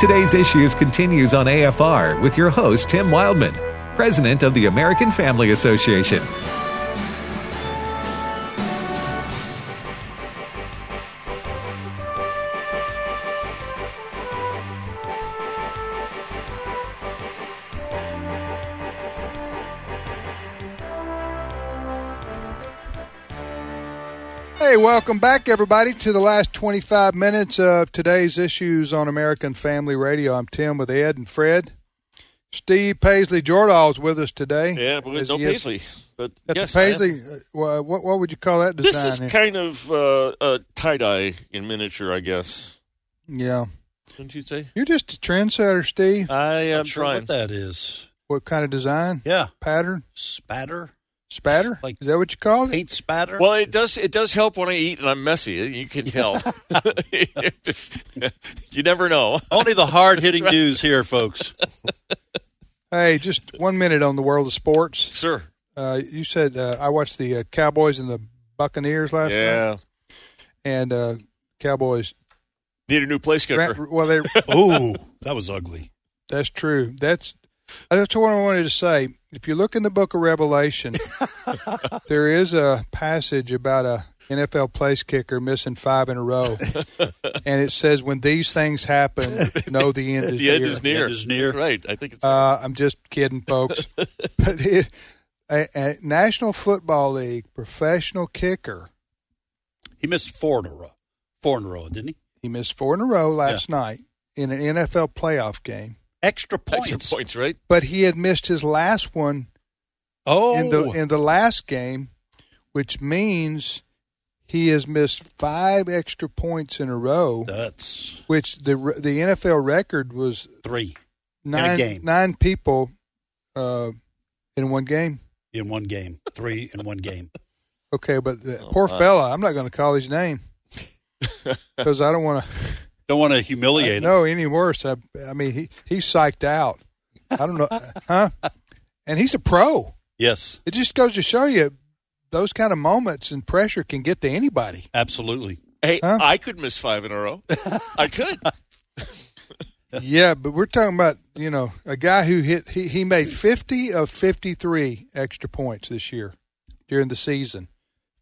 Today's Issues continues on AFR with your host, Tim Wildman, President of the American Family Association. Hey, welcome back, everybody, to the last 25 minutes of today's issues on American Family Radio. I'm Tim with Ed and Fred. Steve Paisley Jordahl is with us today. Yeah, but As it's no he is- Paisley. But Got the yes, I am. Paisley, uh, wha- what, what would you call that design? This is here? kind of uh, uh, tie dye in miniature, I guess. yeah. Wouldn't you say? You're just a trendsetter, Steve. I am Not sure trying. what that is. What kind of design? Yeah, Pattern? spatter, Spatter? Like- is that what you call it? paint spatter. Well, it does. It does help when I eat and I'm messy. You can tell. you never know. Only the hard hitting news here, folks. Hey, just one minute on the world of sports. Sir. Uh, you said uh, I watched the uh, Cowboys and the Buccaneers last night, Yeah. and uh, Cowboys. Need a new place kicker. Grant- well, they Ooh, that was ugly. That's true. That's that's what I wanted to say. If you look in the book of Revelation, there is a passage about a NFL place kicker missing five in a row, and it says, "When these things happen, know the end is the end near." is near. End is near. Right. I think it's. Uh, I'm just kidding, folks. but it, a, a National Football League professional kicker, He missed four in a row. Four in a row, didn't he? he missed four in a row last night in an NFL playoff game, Extra Extra points. points, right? but he had missed his last one Oh, in the in the last game, which means he has missed five extra points in a row, that's which the re- the NFL record was three a nine game. nine people uh, in one game. in one game. Three in one game. Okay, but the Oh, poor my. fella, I'm not going to call his name because I don't want Don't want to to humiliate him. know any worse. I, I mean, he he's psyched out. I don't know, huh? And he's a pro. Yes, It just goes to show you those kind of moments and pressure can get to anybody. absolutely. Hey, Huh? I could miss five in a row. I could. Yeah, but we're talking about you know a guy who hit he, he made fifty of fifty three extra points this year during the season.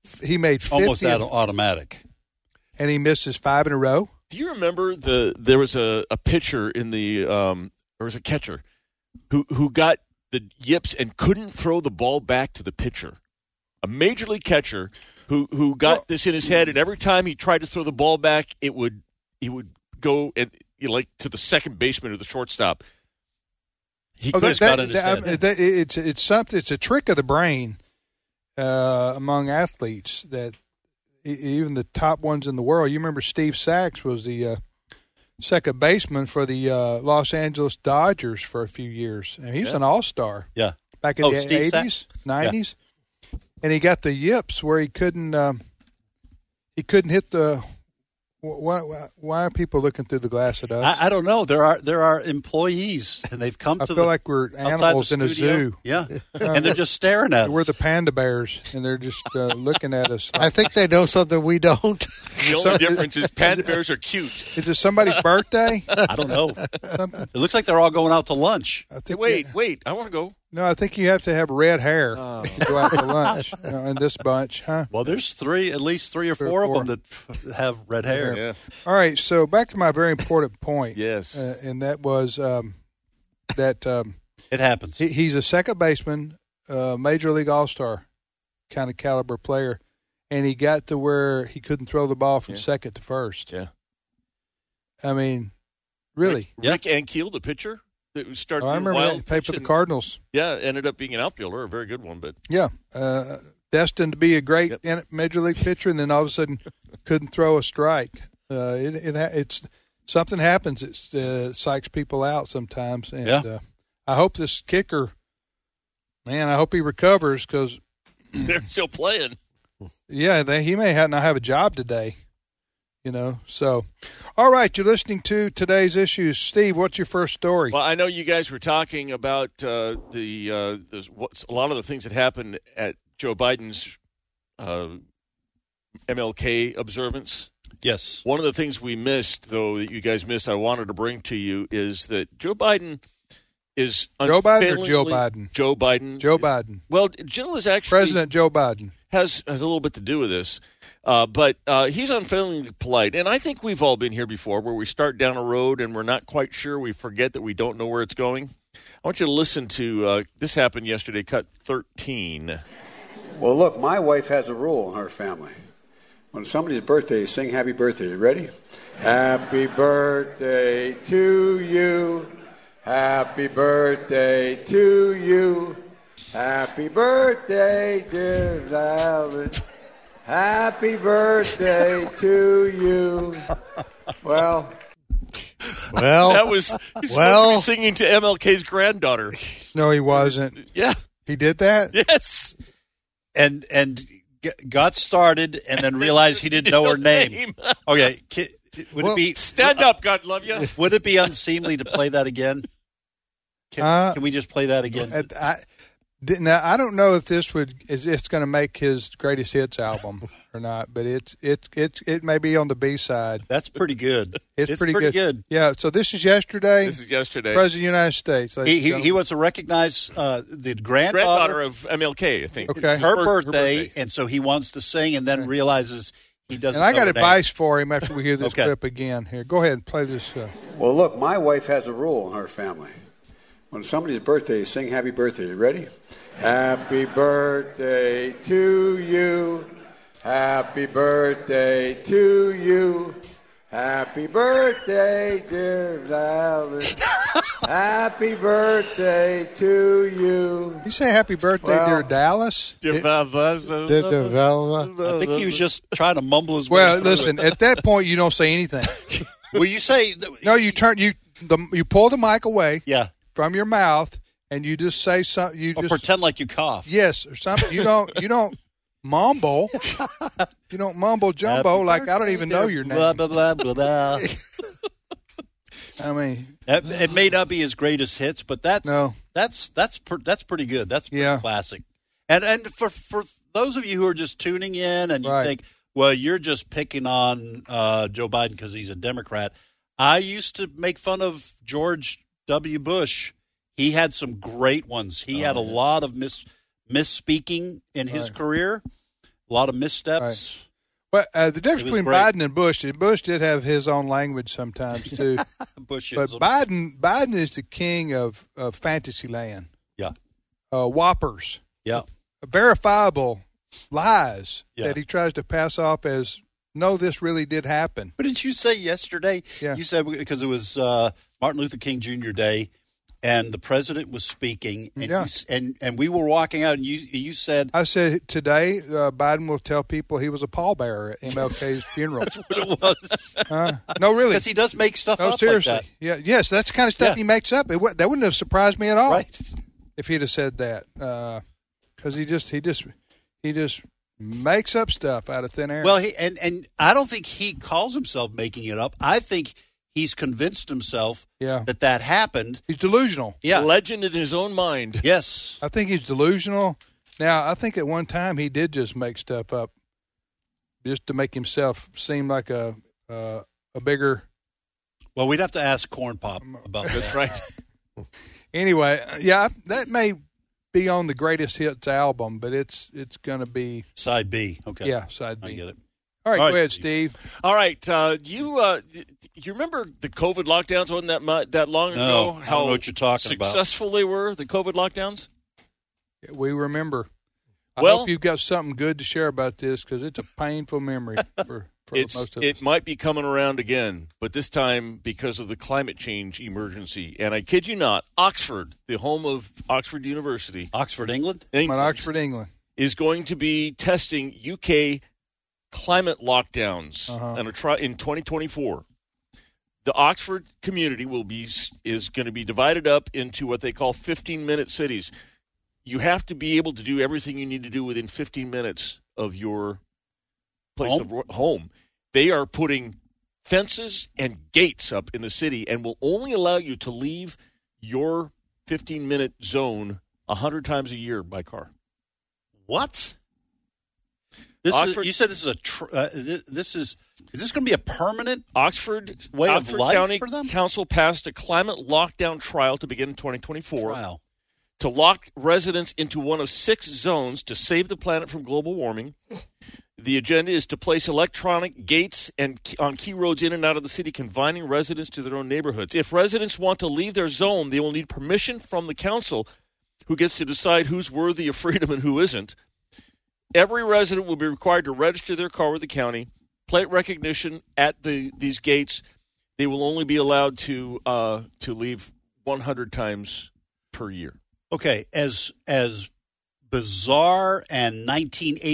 F- He made fifty, Almost of- auto- automatic. and he misses five in a row. Do you remember the there was a, a pitcher in the um or was a catcher who who got the yips and couldn't throw the ball back to the pitcher. A major league catcher who who got Well- this in his head and every time he tried to throw the ball back it would he would go and you know, like to the second baseman or the shortstop. He Oh, could- Chris got in his I- head. that- it's it's something. It's a trick of the brain uh, among athletes that e- even the top ones in the world. You remember Steve Sachs was the uh, second baseman for the uh, Los Angeles Dodgers for a few years, and he was Yeah. an all star. Yeah. back in Oh, the Steve eighties, nineties, and he got the yips where he couldn't. Um, he couldn't hit the. wh- Why, why, why are people looking through the glass at us? I, I don't know. There are there are employees, and they've come I, to feel the like we're outside animals the in a studio. zoo. Yeah, and they're just staring at. We're us. the panda bears, and they're just uh, looking at us. I think they know something we don't. the only so- difference is panda bears are cute. Is it somebody's birthday? I don't know. Something? It looks like they're all going out to lunch. I think Wait, wait, I want to go. No, I think you have to have red hair to go out to lunch you know, in this bunch, huh? Well, there's three, at least three or Three four, or of them that have red hair. Yeah. All right, so back to my very important point. Yes. Uh, and that was um, that um, It happens. he, he's a second baseman, uh, major league all star kind of caliber player, and he got to where he couldn't throw the ball from Yeah. second to first. Yeah. I mean, really. Yeah. Rick Ankiel, the pitcher that started Oh, I doing remember wild that played for the pitch and- Cardinals. Yeah, ended up being an outfielder, a very good one, but Yeah, uh, destined to be a great Yep. N- major league pitcher, and then all of a sudden couldn't throw a strike. Uh, it, it ha- it's something happens. It's uh, psychs people out sometimes, and Yeah. uh, I hope this kicker, man, I hope he recovers because they're still playing. yeah, they, he may ha not have a job today. You know, so all right, you're listening to today's issues. Steve, what's your first story? Well, I know you guys were talking about uh, the, uh, the what's, a lot of the things that happened at Joe Biden's uh, MLK observance. Yes. One of the things we missed, though, that you guys missed, I wanted to bring to you is that Joe Biden is Joe Biden or Joe unfailingly- Biden? Joe Biden. Joe is- Biden, Well, Jill is actually President Joe Biden. has has a little bit to do with this, uh, but uh, he's unfailingly polite, and I think we've all been here before, where we start down a road and we're not quite sure, we forget that we don't know where it's going. I want you to listen to uh, this happened yesterday, cut thirteen. Well, look, my wife has a rule in her family. When somebody's birthday, you sing happy birthday. You ready? Happy birthday to you. Happy birthday to you. Happy birthday, dear Violet. Happy birthday to you. Well, That Oh. Well, was he's Well- supposed to be singing to MLK's granddaughter. No, he wasn't. Yeah. He did that. Yes. And and g- got started and then realized he didn't know her name. Okay. Ki- Would it be Stand up, God love you. would it be unseemly to play that again? Can, Uh, can we just play that again? I, I- did- now I don't know if this would is it's going to make his greatest hits album or not, but it's it's it's it may be on the B side. That's pretty good. It's, pretty, good. Yeah. So this is yesterday. This is yesterday. President of the United States. ladies He, and he, he gentlemen. was to recognize uh, the Granddaughter granddaughter, of MLK, I think. Okay. her, Her- her birthday, birthday. and so he wants to sing, and then realizes he doesn't. and I know got her name. advice for him after we hear this Okay. clip again. Here, go ahead and play this. Uh, well, look, my wife has a rule in her family. When somebody's birthday, you sing happy birthday. You ready? Happy birthday to you. Happy birthday to you. Happy birthday, dear Violet. happy birthday to you. you say "Happy Birthday, Well- dear Dallas." I think he was just trying to mumble his way. Well, through listen. It. At that point, you don't say anything. Will you say? No, you turn you the you pull the mic away Yeah. from your mouth and you just say something. You Or just pretend like you cough. yes or something. You don't you don't mumble. you don't mumble jumbo Happy like I don't even know your name. Blah blah blah blah. blah. I mean, That- it may not be his greatest hits, but that's No. that's that's per, that's pretty good. That's pretty Yeah. classic. And and for for those of you who are just tuning in and you Right. think, well, you're just picking on uh, Joe Biden because he's a Democrat. I used to make fun of George W. Bush. He had some great ones. He had a lot of mis misspeaking in Oh, his Right. career, a lot of missteps. but uh, the difference It was between great. Biden and Bush, Bush did have his own language sometimes too. Bush but Biden Biden is the king of of fantasy land. yeah, Uh, whoppers. yeah. verifiable lies Yeah. that he tries to pass off as no, this really did happen. What did you say yesterday? Yeah. You said because it was uh, Martin Luther King Jr. Day, and the president was speaking, and Yeah. you s and and we were walking out, and you you said I said today, uh, Biden will tell people he was a pallbearer at MLK's funeral. it was Uh, no, really. because he does make stuff No, up seriously. like Yeah, yes, that's the kind of stuff Yeah. he makes up. It, wa- that wouldn't have surprised me at all that, right? if he'd have said that, because he just he just he just makes up stuff out of thin air. Well, he and and I don't think he calls himself making it up. I think he's convinced himself yeah, that that happened. he's delusional. Yeah. Legend in his own mind. yes. I think he's delusional. Now, I think at one time he did just make stuff up, just to make himself seem like a uh, a bigger. Well, we'd have to ask Corn Pop about that. That's right. Anyway, yeah, that may be on the greatest hits album, but it's it's going to be Side B. Okay. yeah side B. I get it. All right, All go right, ahead, Steve. All right, uh, you uh, you remember the COVID lockdowns wasn't that mu- that long No, ago? I don't know what you're talking about. Successful they were the COVID lockdowns. We remember. I Well- hope you've got something good to share about this because it's a painful memory for, for It's most of it us. might be coming around again, but this time because of the climate change emergency. And I kid you not, Oxford, the home of Oxford University, Oxford, England. I'm in England, Oxford, England. is going to be testing UK climate lockdowns Uh-huh. on a tri- in 2024. The Oxford community will be is going to be divided up into what they call 15 minute cities. You have to be able to do everything you need to do within 15 minutes of your place Home? of ro- home. They are putting fences and gates up in the city and will only allow you to leave your 15 minute zone 100 times a year by car. What? This Oxford- is, you said this is a tr- uh, this, this is is this going to be a permanent? Oxford, Way of Oxford life County for them? Council passed a climate lockdown trial to begin in 2024 Trial. to lock residents into one of six zones to save the planet from global warming. The agenda is to place electronic gates and on key roads in and out of the city, confining residents to their own neighborhoods. If residents want to leave their zone, they will need permission from the council, who gets to decide who's worthy of freedom and who isn't. Every resident will be required to register their car with the county, plate recognition at the these gates. They will only be allowed to uh, to leave 100 times per year. Okay, as as bizarre and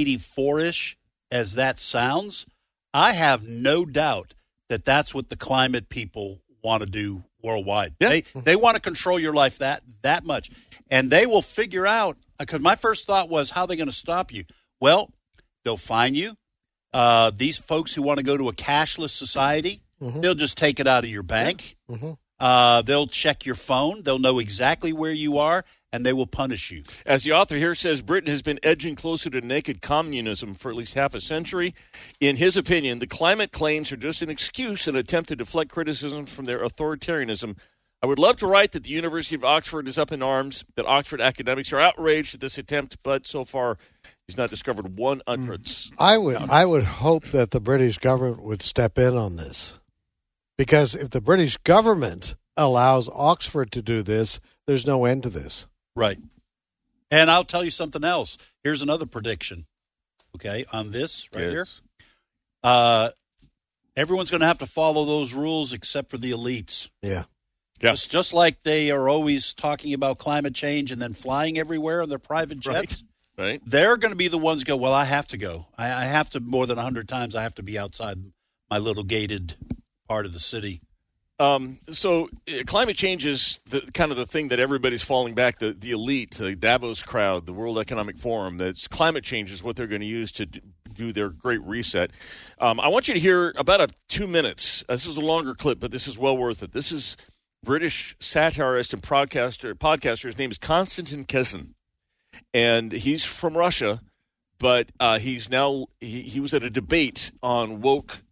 1984ish as that sounds, I have no doubt that that's what the climate people want to do worldwide. Yeah. They they want to control your life that that much, and they will figure out. Because my first thought was, how are they going to stop you? Well, they'll fine you. Uh, these folks who want to go to a cashless society, they'll just take it out of your bank. Uh, they'll check your phone. They'll know exactly where you are, and they will punish you. As the author here says, Britain has been edging closer to naked communism for at least half a century. In his opinion, the climate claims are just an excuse and attempt to deflect criticism from their authoritarianism. I would love to write that the University of Oxford is up in arms, that Oxford academics are outraged at this attempt, but so far he's not discovered one utterance. I would I would hope that the British government would step in on this. Because if the British government allows Oxford to do this, there's no end to this. Right. And I'll tell you something else. Here's another prediction. Okay, on this right here, uh, everyone's going to have to follow those rules except for the elites. Yeah. Yeah. Just, just like they are always talking about climate change and then flying everywhere on their private jets. Right. Right? they're going to be the ones go well i have to go i, I have to more than 100 times i have to be outside my little gated part of the city Um, so uh, climate change is the kind of the thing that everybody's falling back the the elite, the Davos crowd, the World Economic Forum. That's climate change is what they're going to use to d- do their great reset. Um, I want you to hear about a two minutes. Uh, This is a longer clip, but this is well worth it. This is British satirist and podcaster. Podcaster. His name is Konstantin Kessin, and he's from Russia, but uh, he's now he, he was at a debate on woke.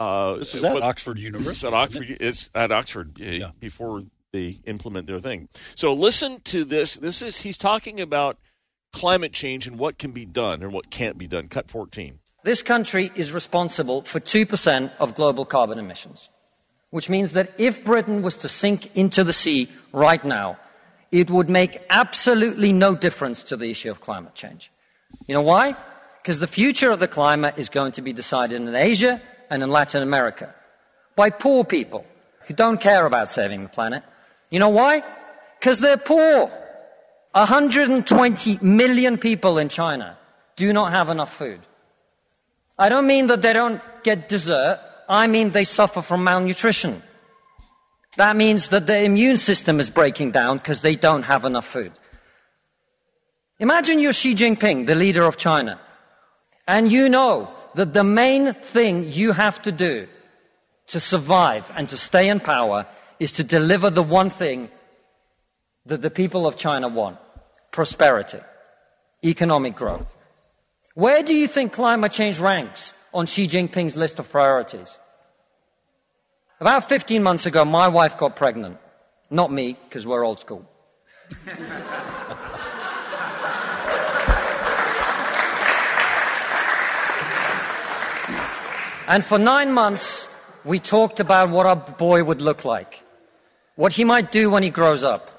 Uh, this is at what- oxford it's university at Oxford. It's at Oxford uh, Yeah. before they implement their thing. So listen to this. This is he's talking about climate change and what can be done and what can't be done. Cut fourteen. This country is responsible for 2% of global carbon emissions, which means that if Britain was to sink into the sea right now, it would make absolutely no difference to the issue of climate change. You know why? Because the future of the climate is going to be decided in Asia and in Latin America by poor people who don't care about saving the planet. You know why? Because they're poor. 120 million people in China do not have enough food. I don't mean that they don't get dessert. I mean they suffer from malnutrition. That means that their immune system is breaking down because they don't have enough food. Imagine you're Xi Jinping, the leader of China, and you know that the main thing you have to do to survive and to stay in power is to deliver the one thing that the people of China want prosperity, economic growth. Where do you think climate change ranks on Xi Jinping's list of priorities? About 15 months ago, my wife got pregnant. Not me, because we're old school. and for nine months, we talked about what our boy would look like, what he might do when he grows up.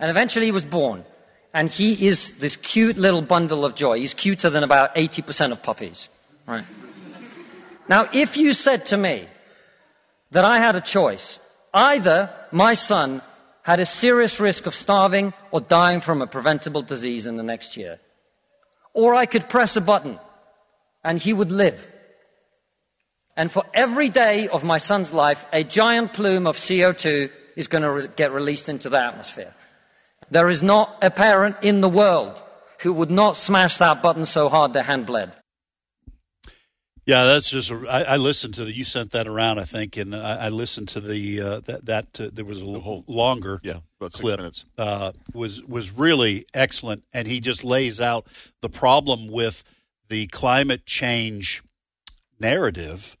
And eventually, he was born. And he is this cute little bundle of joy. He's cuter than about 80% of puppies. Right. Now, if you said to me that I had a choice, either my son had a serious risk of starving or dying from a preventable disease in the next year, or I could press a button and he would live. And for every day of my son's life, a giant plume of CO2 is going to re- get released into the atmosphere. There is not a parent in the world who would not smash that button so hard their hand bled. yeah that's just a- I I listened to the you sent that around i think and i, I listened to the uh, that that uh, there was a whole longer Yeah, about six clip minutes. uh, was was really excellent and he just lays out the problem with the climate change narrative,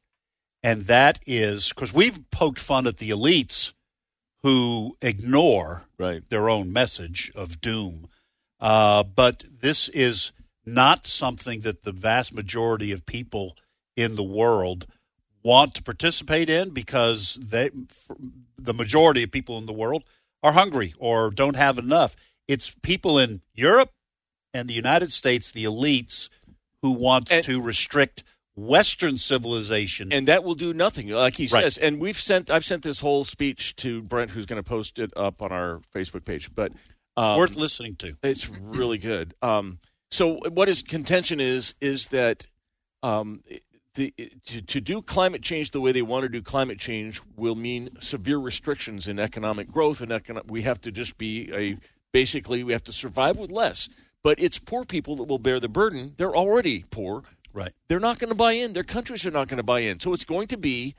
and that is because we've poked fun at the elites who ignore Right. their own message of doom. Uh, but this is not something that the vast majority of people in the world want to participate in because they, f- the majority of people in the world are hungry or don't have enough. It's people in Europe and the United States, the elites, who want And- to restrict Western civilization. and that will do nothing, like he Right. says. And we've sent, I've sent this whole speech to Brent, who's going to post it up on our Facebook page. But um, worth listening to. It's really good. Um, so what his contention is is that um, the, to, to do climate change the way they want to do climate change will mean severe restrictions in economic growth, and econo- we have to just be a basically we have to survive with less. But it's poor people that will bear the burden. They're already poor. Right. They're not going to buy in. Their countries are not going to buy in. So it's going to be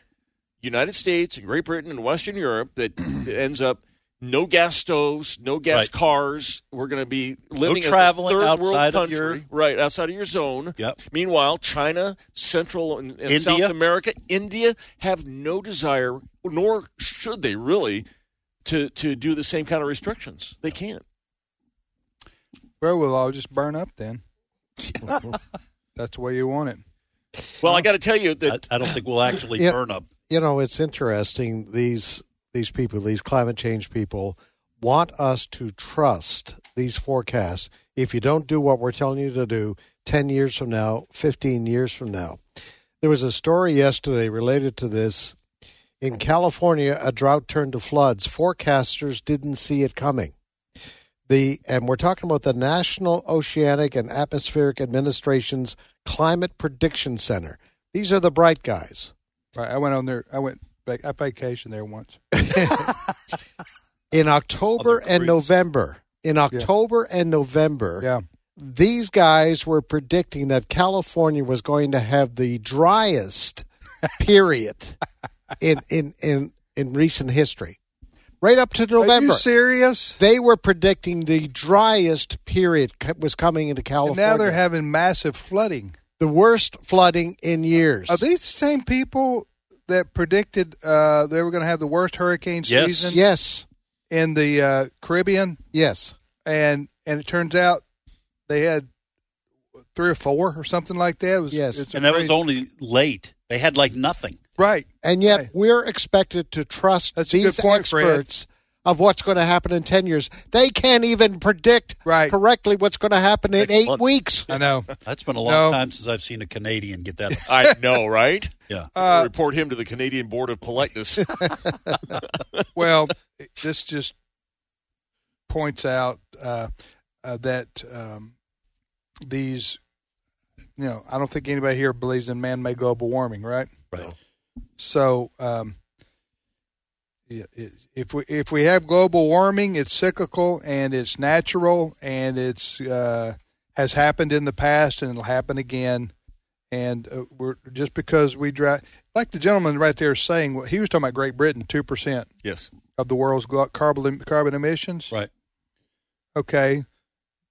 United States and Great Britain and Western Europe that ends up no gas stoves, no gas Right. cars. We're going to be living as a traveling third world outside of country, your- right outside of your zone. Yep. Meanwhile, China, Central and, and India. South America, India have no desire, nor should they really, to to do the same kind of restrictions. They can't. Well, we'll all just burn up then. That's the way you want it. Well, I got to tell you I, that I don't think we'll actually Yeah. burn up. you know it's interesting these these people these climate change people want us to trust these forecasts if you don't do what we're telling you to do 10 years from now 15 years from now there was a story yesterday related to this in california a drought turned to floods forecasters didn't see it coming the and we're talking about the National Oceanic and Atmospheric Administration's Climate Prediction Center. These are the bright guys. Right. I went on there. I went. vac- I vacationed there once. in October Other and crews. November. In October and November, Yeah. these guys were predicting that California was going to have the driest period in, in in in recent history. Right up to Are you November. serious? They were predicting the driest period co- was coming into And California. now they're having massive flooding. the worst flooding in years. Are these the same people that predicted uh, they were going to have the worst hurricane Yes. season yes. in the uh, Caribbean? Yes. And and it turns out they had three or four or something like that. It was, Yes. it's a And that was crazy- only late. They had like nothing. right. And yet Right. we're expected to trust That's a these good point, Fred. experts of what's going to happen in 10 years. They can't even predict Right. correctly what's going to happen in Next eight month. weeks. I know. That's been a long No. time since I've seen a Canadian get that. I know, right? Yeah. Report him to the Canadian Board of Politeness. well, this just points out uh, uh, that um, these, you know, I don't think anybody here believes in man-made global warming, right? Right. So, um, yeah, it- if we if we have global warming, it's cyclical and it's natural and it's uh, has happened in the past and it'll happen again. And uh, we're just because we drive like the gentleman right there is saying he was talking about Great Britain two percent yes. of the world's glo- carbon carbon emissions. Right. Okay,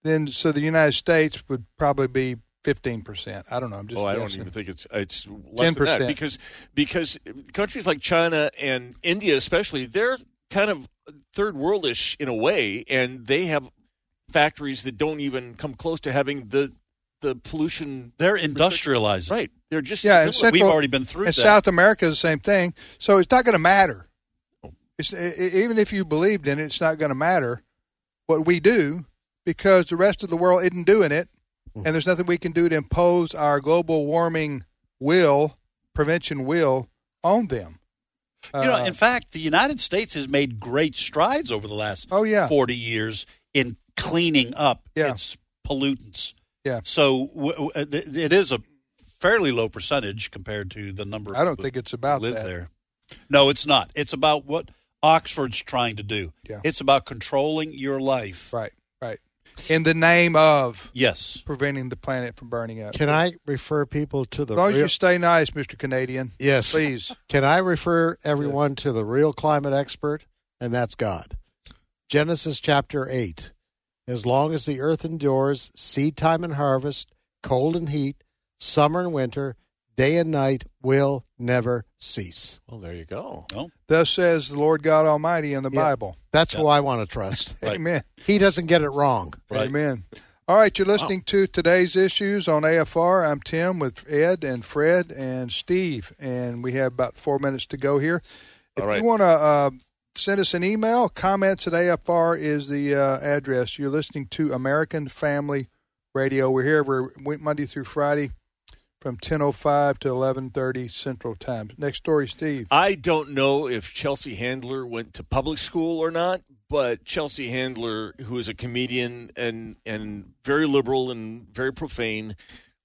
then so the United States would probably be fifteen percent. I don't know. I'm just oh, I don't guessing. even think it's it's less than that 10%. because because countries like China and India, especially, they're kind of third worldish in a way, and they have factories that don't even come close to having the the pollution. They're industrialized. Right, they're just Yeah, and We've Central- already been through And that. South America is the same thing. So it's not going to matter. It's e- e- even if you believed in it, it's not going to matter what we do because the rest of the world isn't doing it, Hmm. and there's nothing we can do to impose our global warming will prevention will on them. you know, Uh, in fact, the United States has made great strides over the last Oh, yeah. 40 years in cleaning up Yeah. its pollutants. Yeah. So w- w- uh, th- it is a fairly low percentage compared to the number of I don't people think it's who about live that. there. No, it's not. It's about what Oxford's trying to do. Yeah. It's about controlling your life. Right, right. In the name of Yes. preventing the planet from burning up. Can I refer people to the As long as real- you stay nice, Mr. Canadian, Yes. please. Can I refer everyone to the real climate expert? And that's God. Genesis chapter 8. As long as the earth endures, seed time and harvest, cold and heat, summer and winter, day and night will never cease. Well, there you go. Thus says the Lord God Almighty in the Yeah. Bible. That's who I want to trust. Right. Amen. He doesn't get it wrong. Right. Amen. All right, you're listening to today's issues on AFR. I'm Tim with Ed and Fred and Steve, and we have about four minutes to go here. If All right. you want to uh, send us an email, comments at AFR is the uh, address. You're listening to American Family Radio. We're here every we- Monday through Friday from 10.05 to 11.30 Central Time. Next story, Steve. I don't know if Chelsea Handler went to public school or not, but Chelsea Handler, who is a comedian and and very liberal and very profane,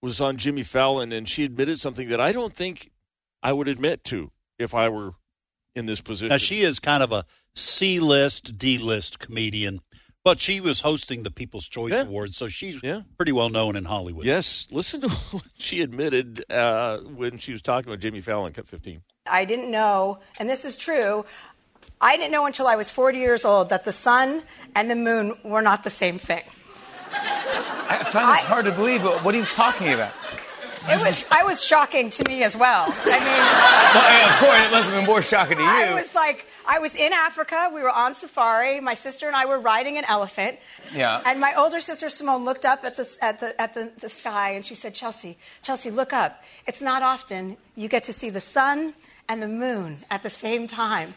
was on Jimmy Fallon and she admitted something that I don't think I would admit to if I were in this position. Now she is kind of a C list, D list comedian, but she was hosting the People's Choice Yeah. Awards, so she's Yeah. pretty well known in Hollywood. Yes, listen to what she admitted uh, when she was talking with Jimmy Fallon, Cut 15. I didn't know, and this is true, I didn't know until I was 40 years old that the sun and the moon were not the same thing. I find this I- hard to believe. But what are you talking about? It was, I was shocking to me as well. I mean, Well, and of course, it must have been more shocking to you. I was like, I was in Africa, we were on safari, my sister and I were riding an elephant. Yeah. And my older sister Simone looked up at, the, at, the, at the, the sky and she said, Chelsea, Chelsea, look up. It's not often you get to see the sun and the moon at the same time.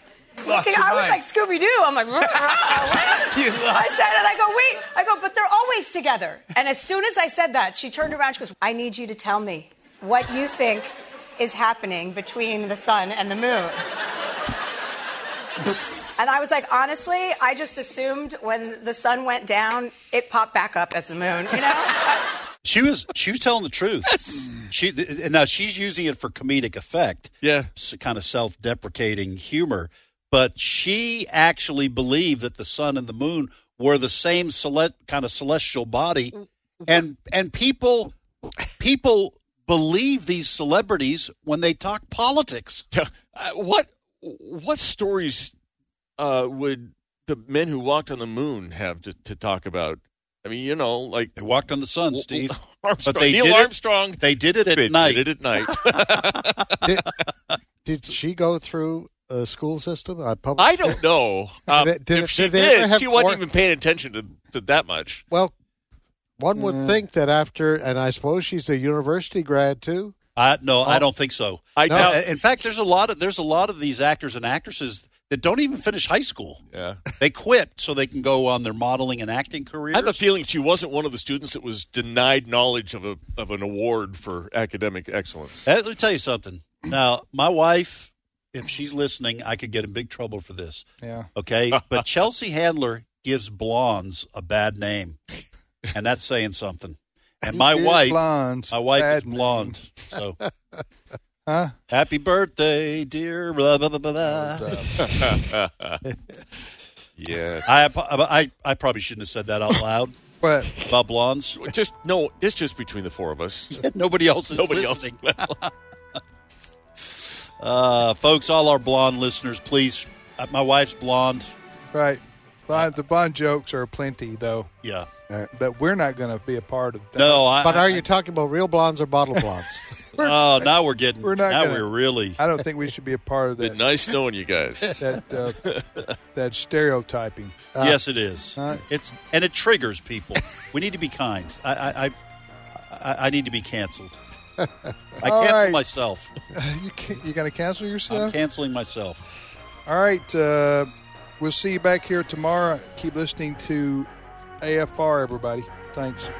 Lost You see, your I was mind. like Scooby Doo. I'm like, You I lost- said it. I go, wait. I go, but they're always together. And as soon as I said that, she turned around. She goes, I need you to tell me what you think is happening between the sun and the moon. And I was like, honestly, I just assumed when the sun went down, it popped back up as the moon, you know? She was she was telling the truth. She and now she's using it for comedic effect. Yeah. s- kind of self-deprecating humor, but she actually believed that the sun and the moon were the same cele- kind of celestial Mm, body, mm-hmm. and and people people believe these celebrities when they talk politics. Yeah. Uh, what what stories uh, would the men who walked on the moon have to, to talk about? I mean, you know, like They walked on the sun, Steve. Armstrong, But they Neil did it- Armstrong. They did it at night. Did it at night. did, did she go through a school system? A public I don't know um, Did- did- if she did did. they ever have she wasn't more- even paying attention to, to that much. Well, one would think that after, and I suppose she's a university grad too. I, no, I don't think Oh. so. I No, doubt- in fact, there's a lot of there's a lot of these actors and actresses that don't even finish high school. Yeah. They quit so they can go on their modeling and acting careers. I have a feeling she wasn't one of the students that was denied knowledge of a of an award for academic excellence. Hey, Uh, Let me tell you something. Now, my wife, if she's listening, I could get in big trouble for this. Yeah. Okay. But Chelsea Handler gives blondes a bad name. And that's saying something. And my Dear wife, Blondes, my wife bad is blonde. So Huh? happy birthday, dear. Blah, blah, blah, blah, blah. Yeah. I, I, I probably shouldn't have said that out loud But about blondes. Just no. It's just between the four of us. Nobody else is Nobody else. listening. Uh, folks, all our blonde listeners, please. Uh, My wife's blonde. Right. Blonde, the Bond jokes are plenty, though, Yeah. Uh, but we're not going to be a part of that. No, I. But I- are you talking about real blondes or bottle blondes? Oh, now we're getting. We're not now gonna- we're really. I don't think we should be a part of that. nice knowing you guys. That uh, that stereotyping. yes, it is. uh, it's and it triggers people. we need to be kind. I I, I, I, I need to be canceled. I All cancel right. myself. You can you going to cancel I'm yourself? canceling myself. All right. Uh, we'll see you back here tomorrow. Keep listening to AFR, everybody. Thanks.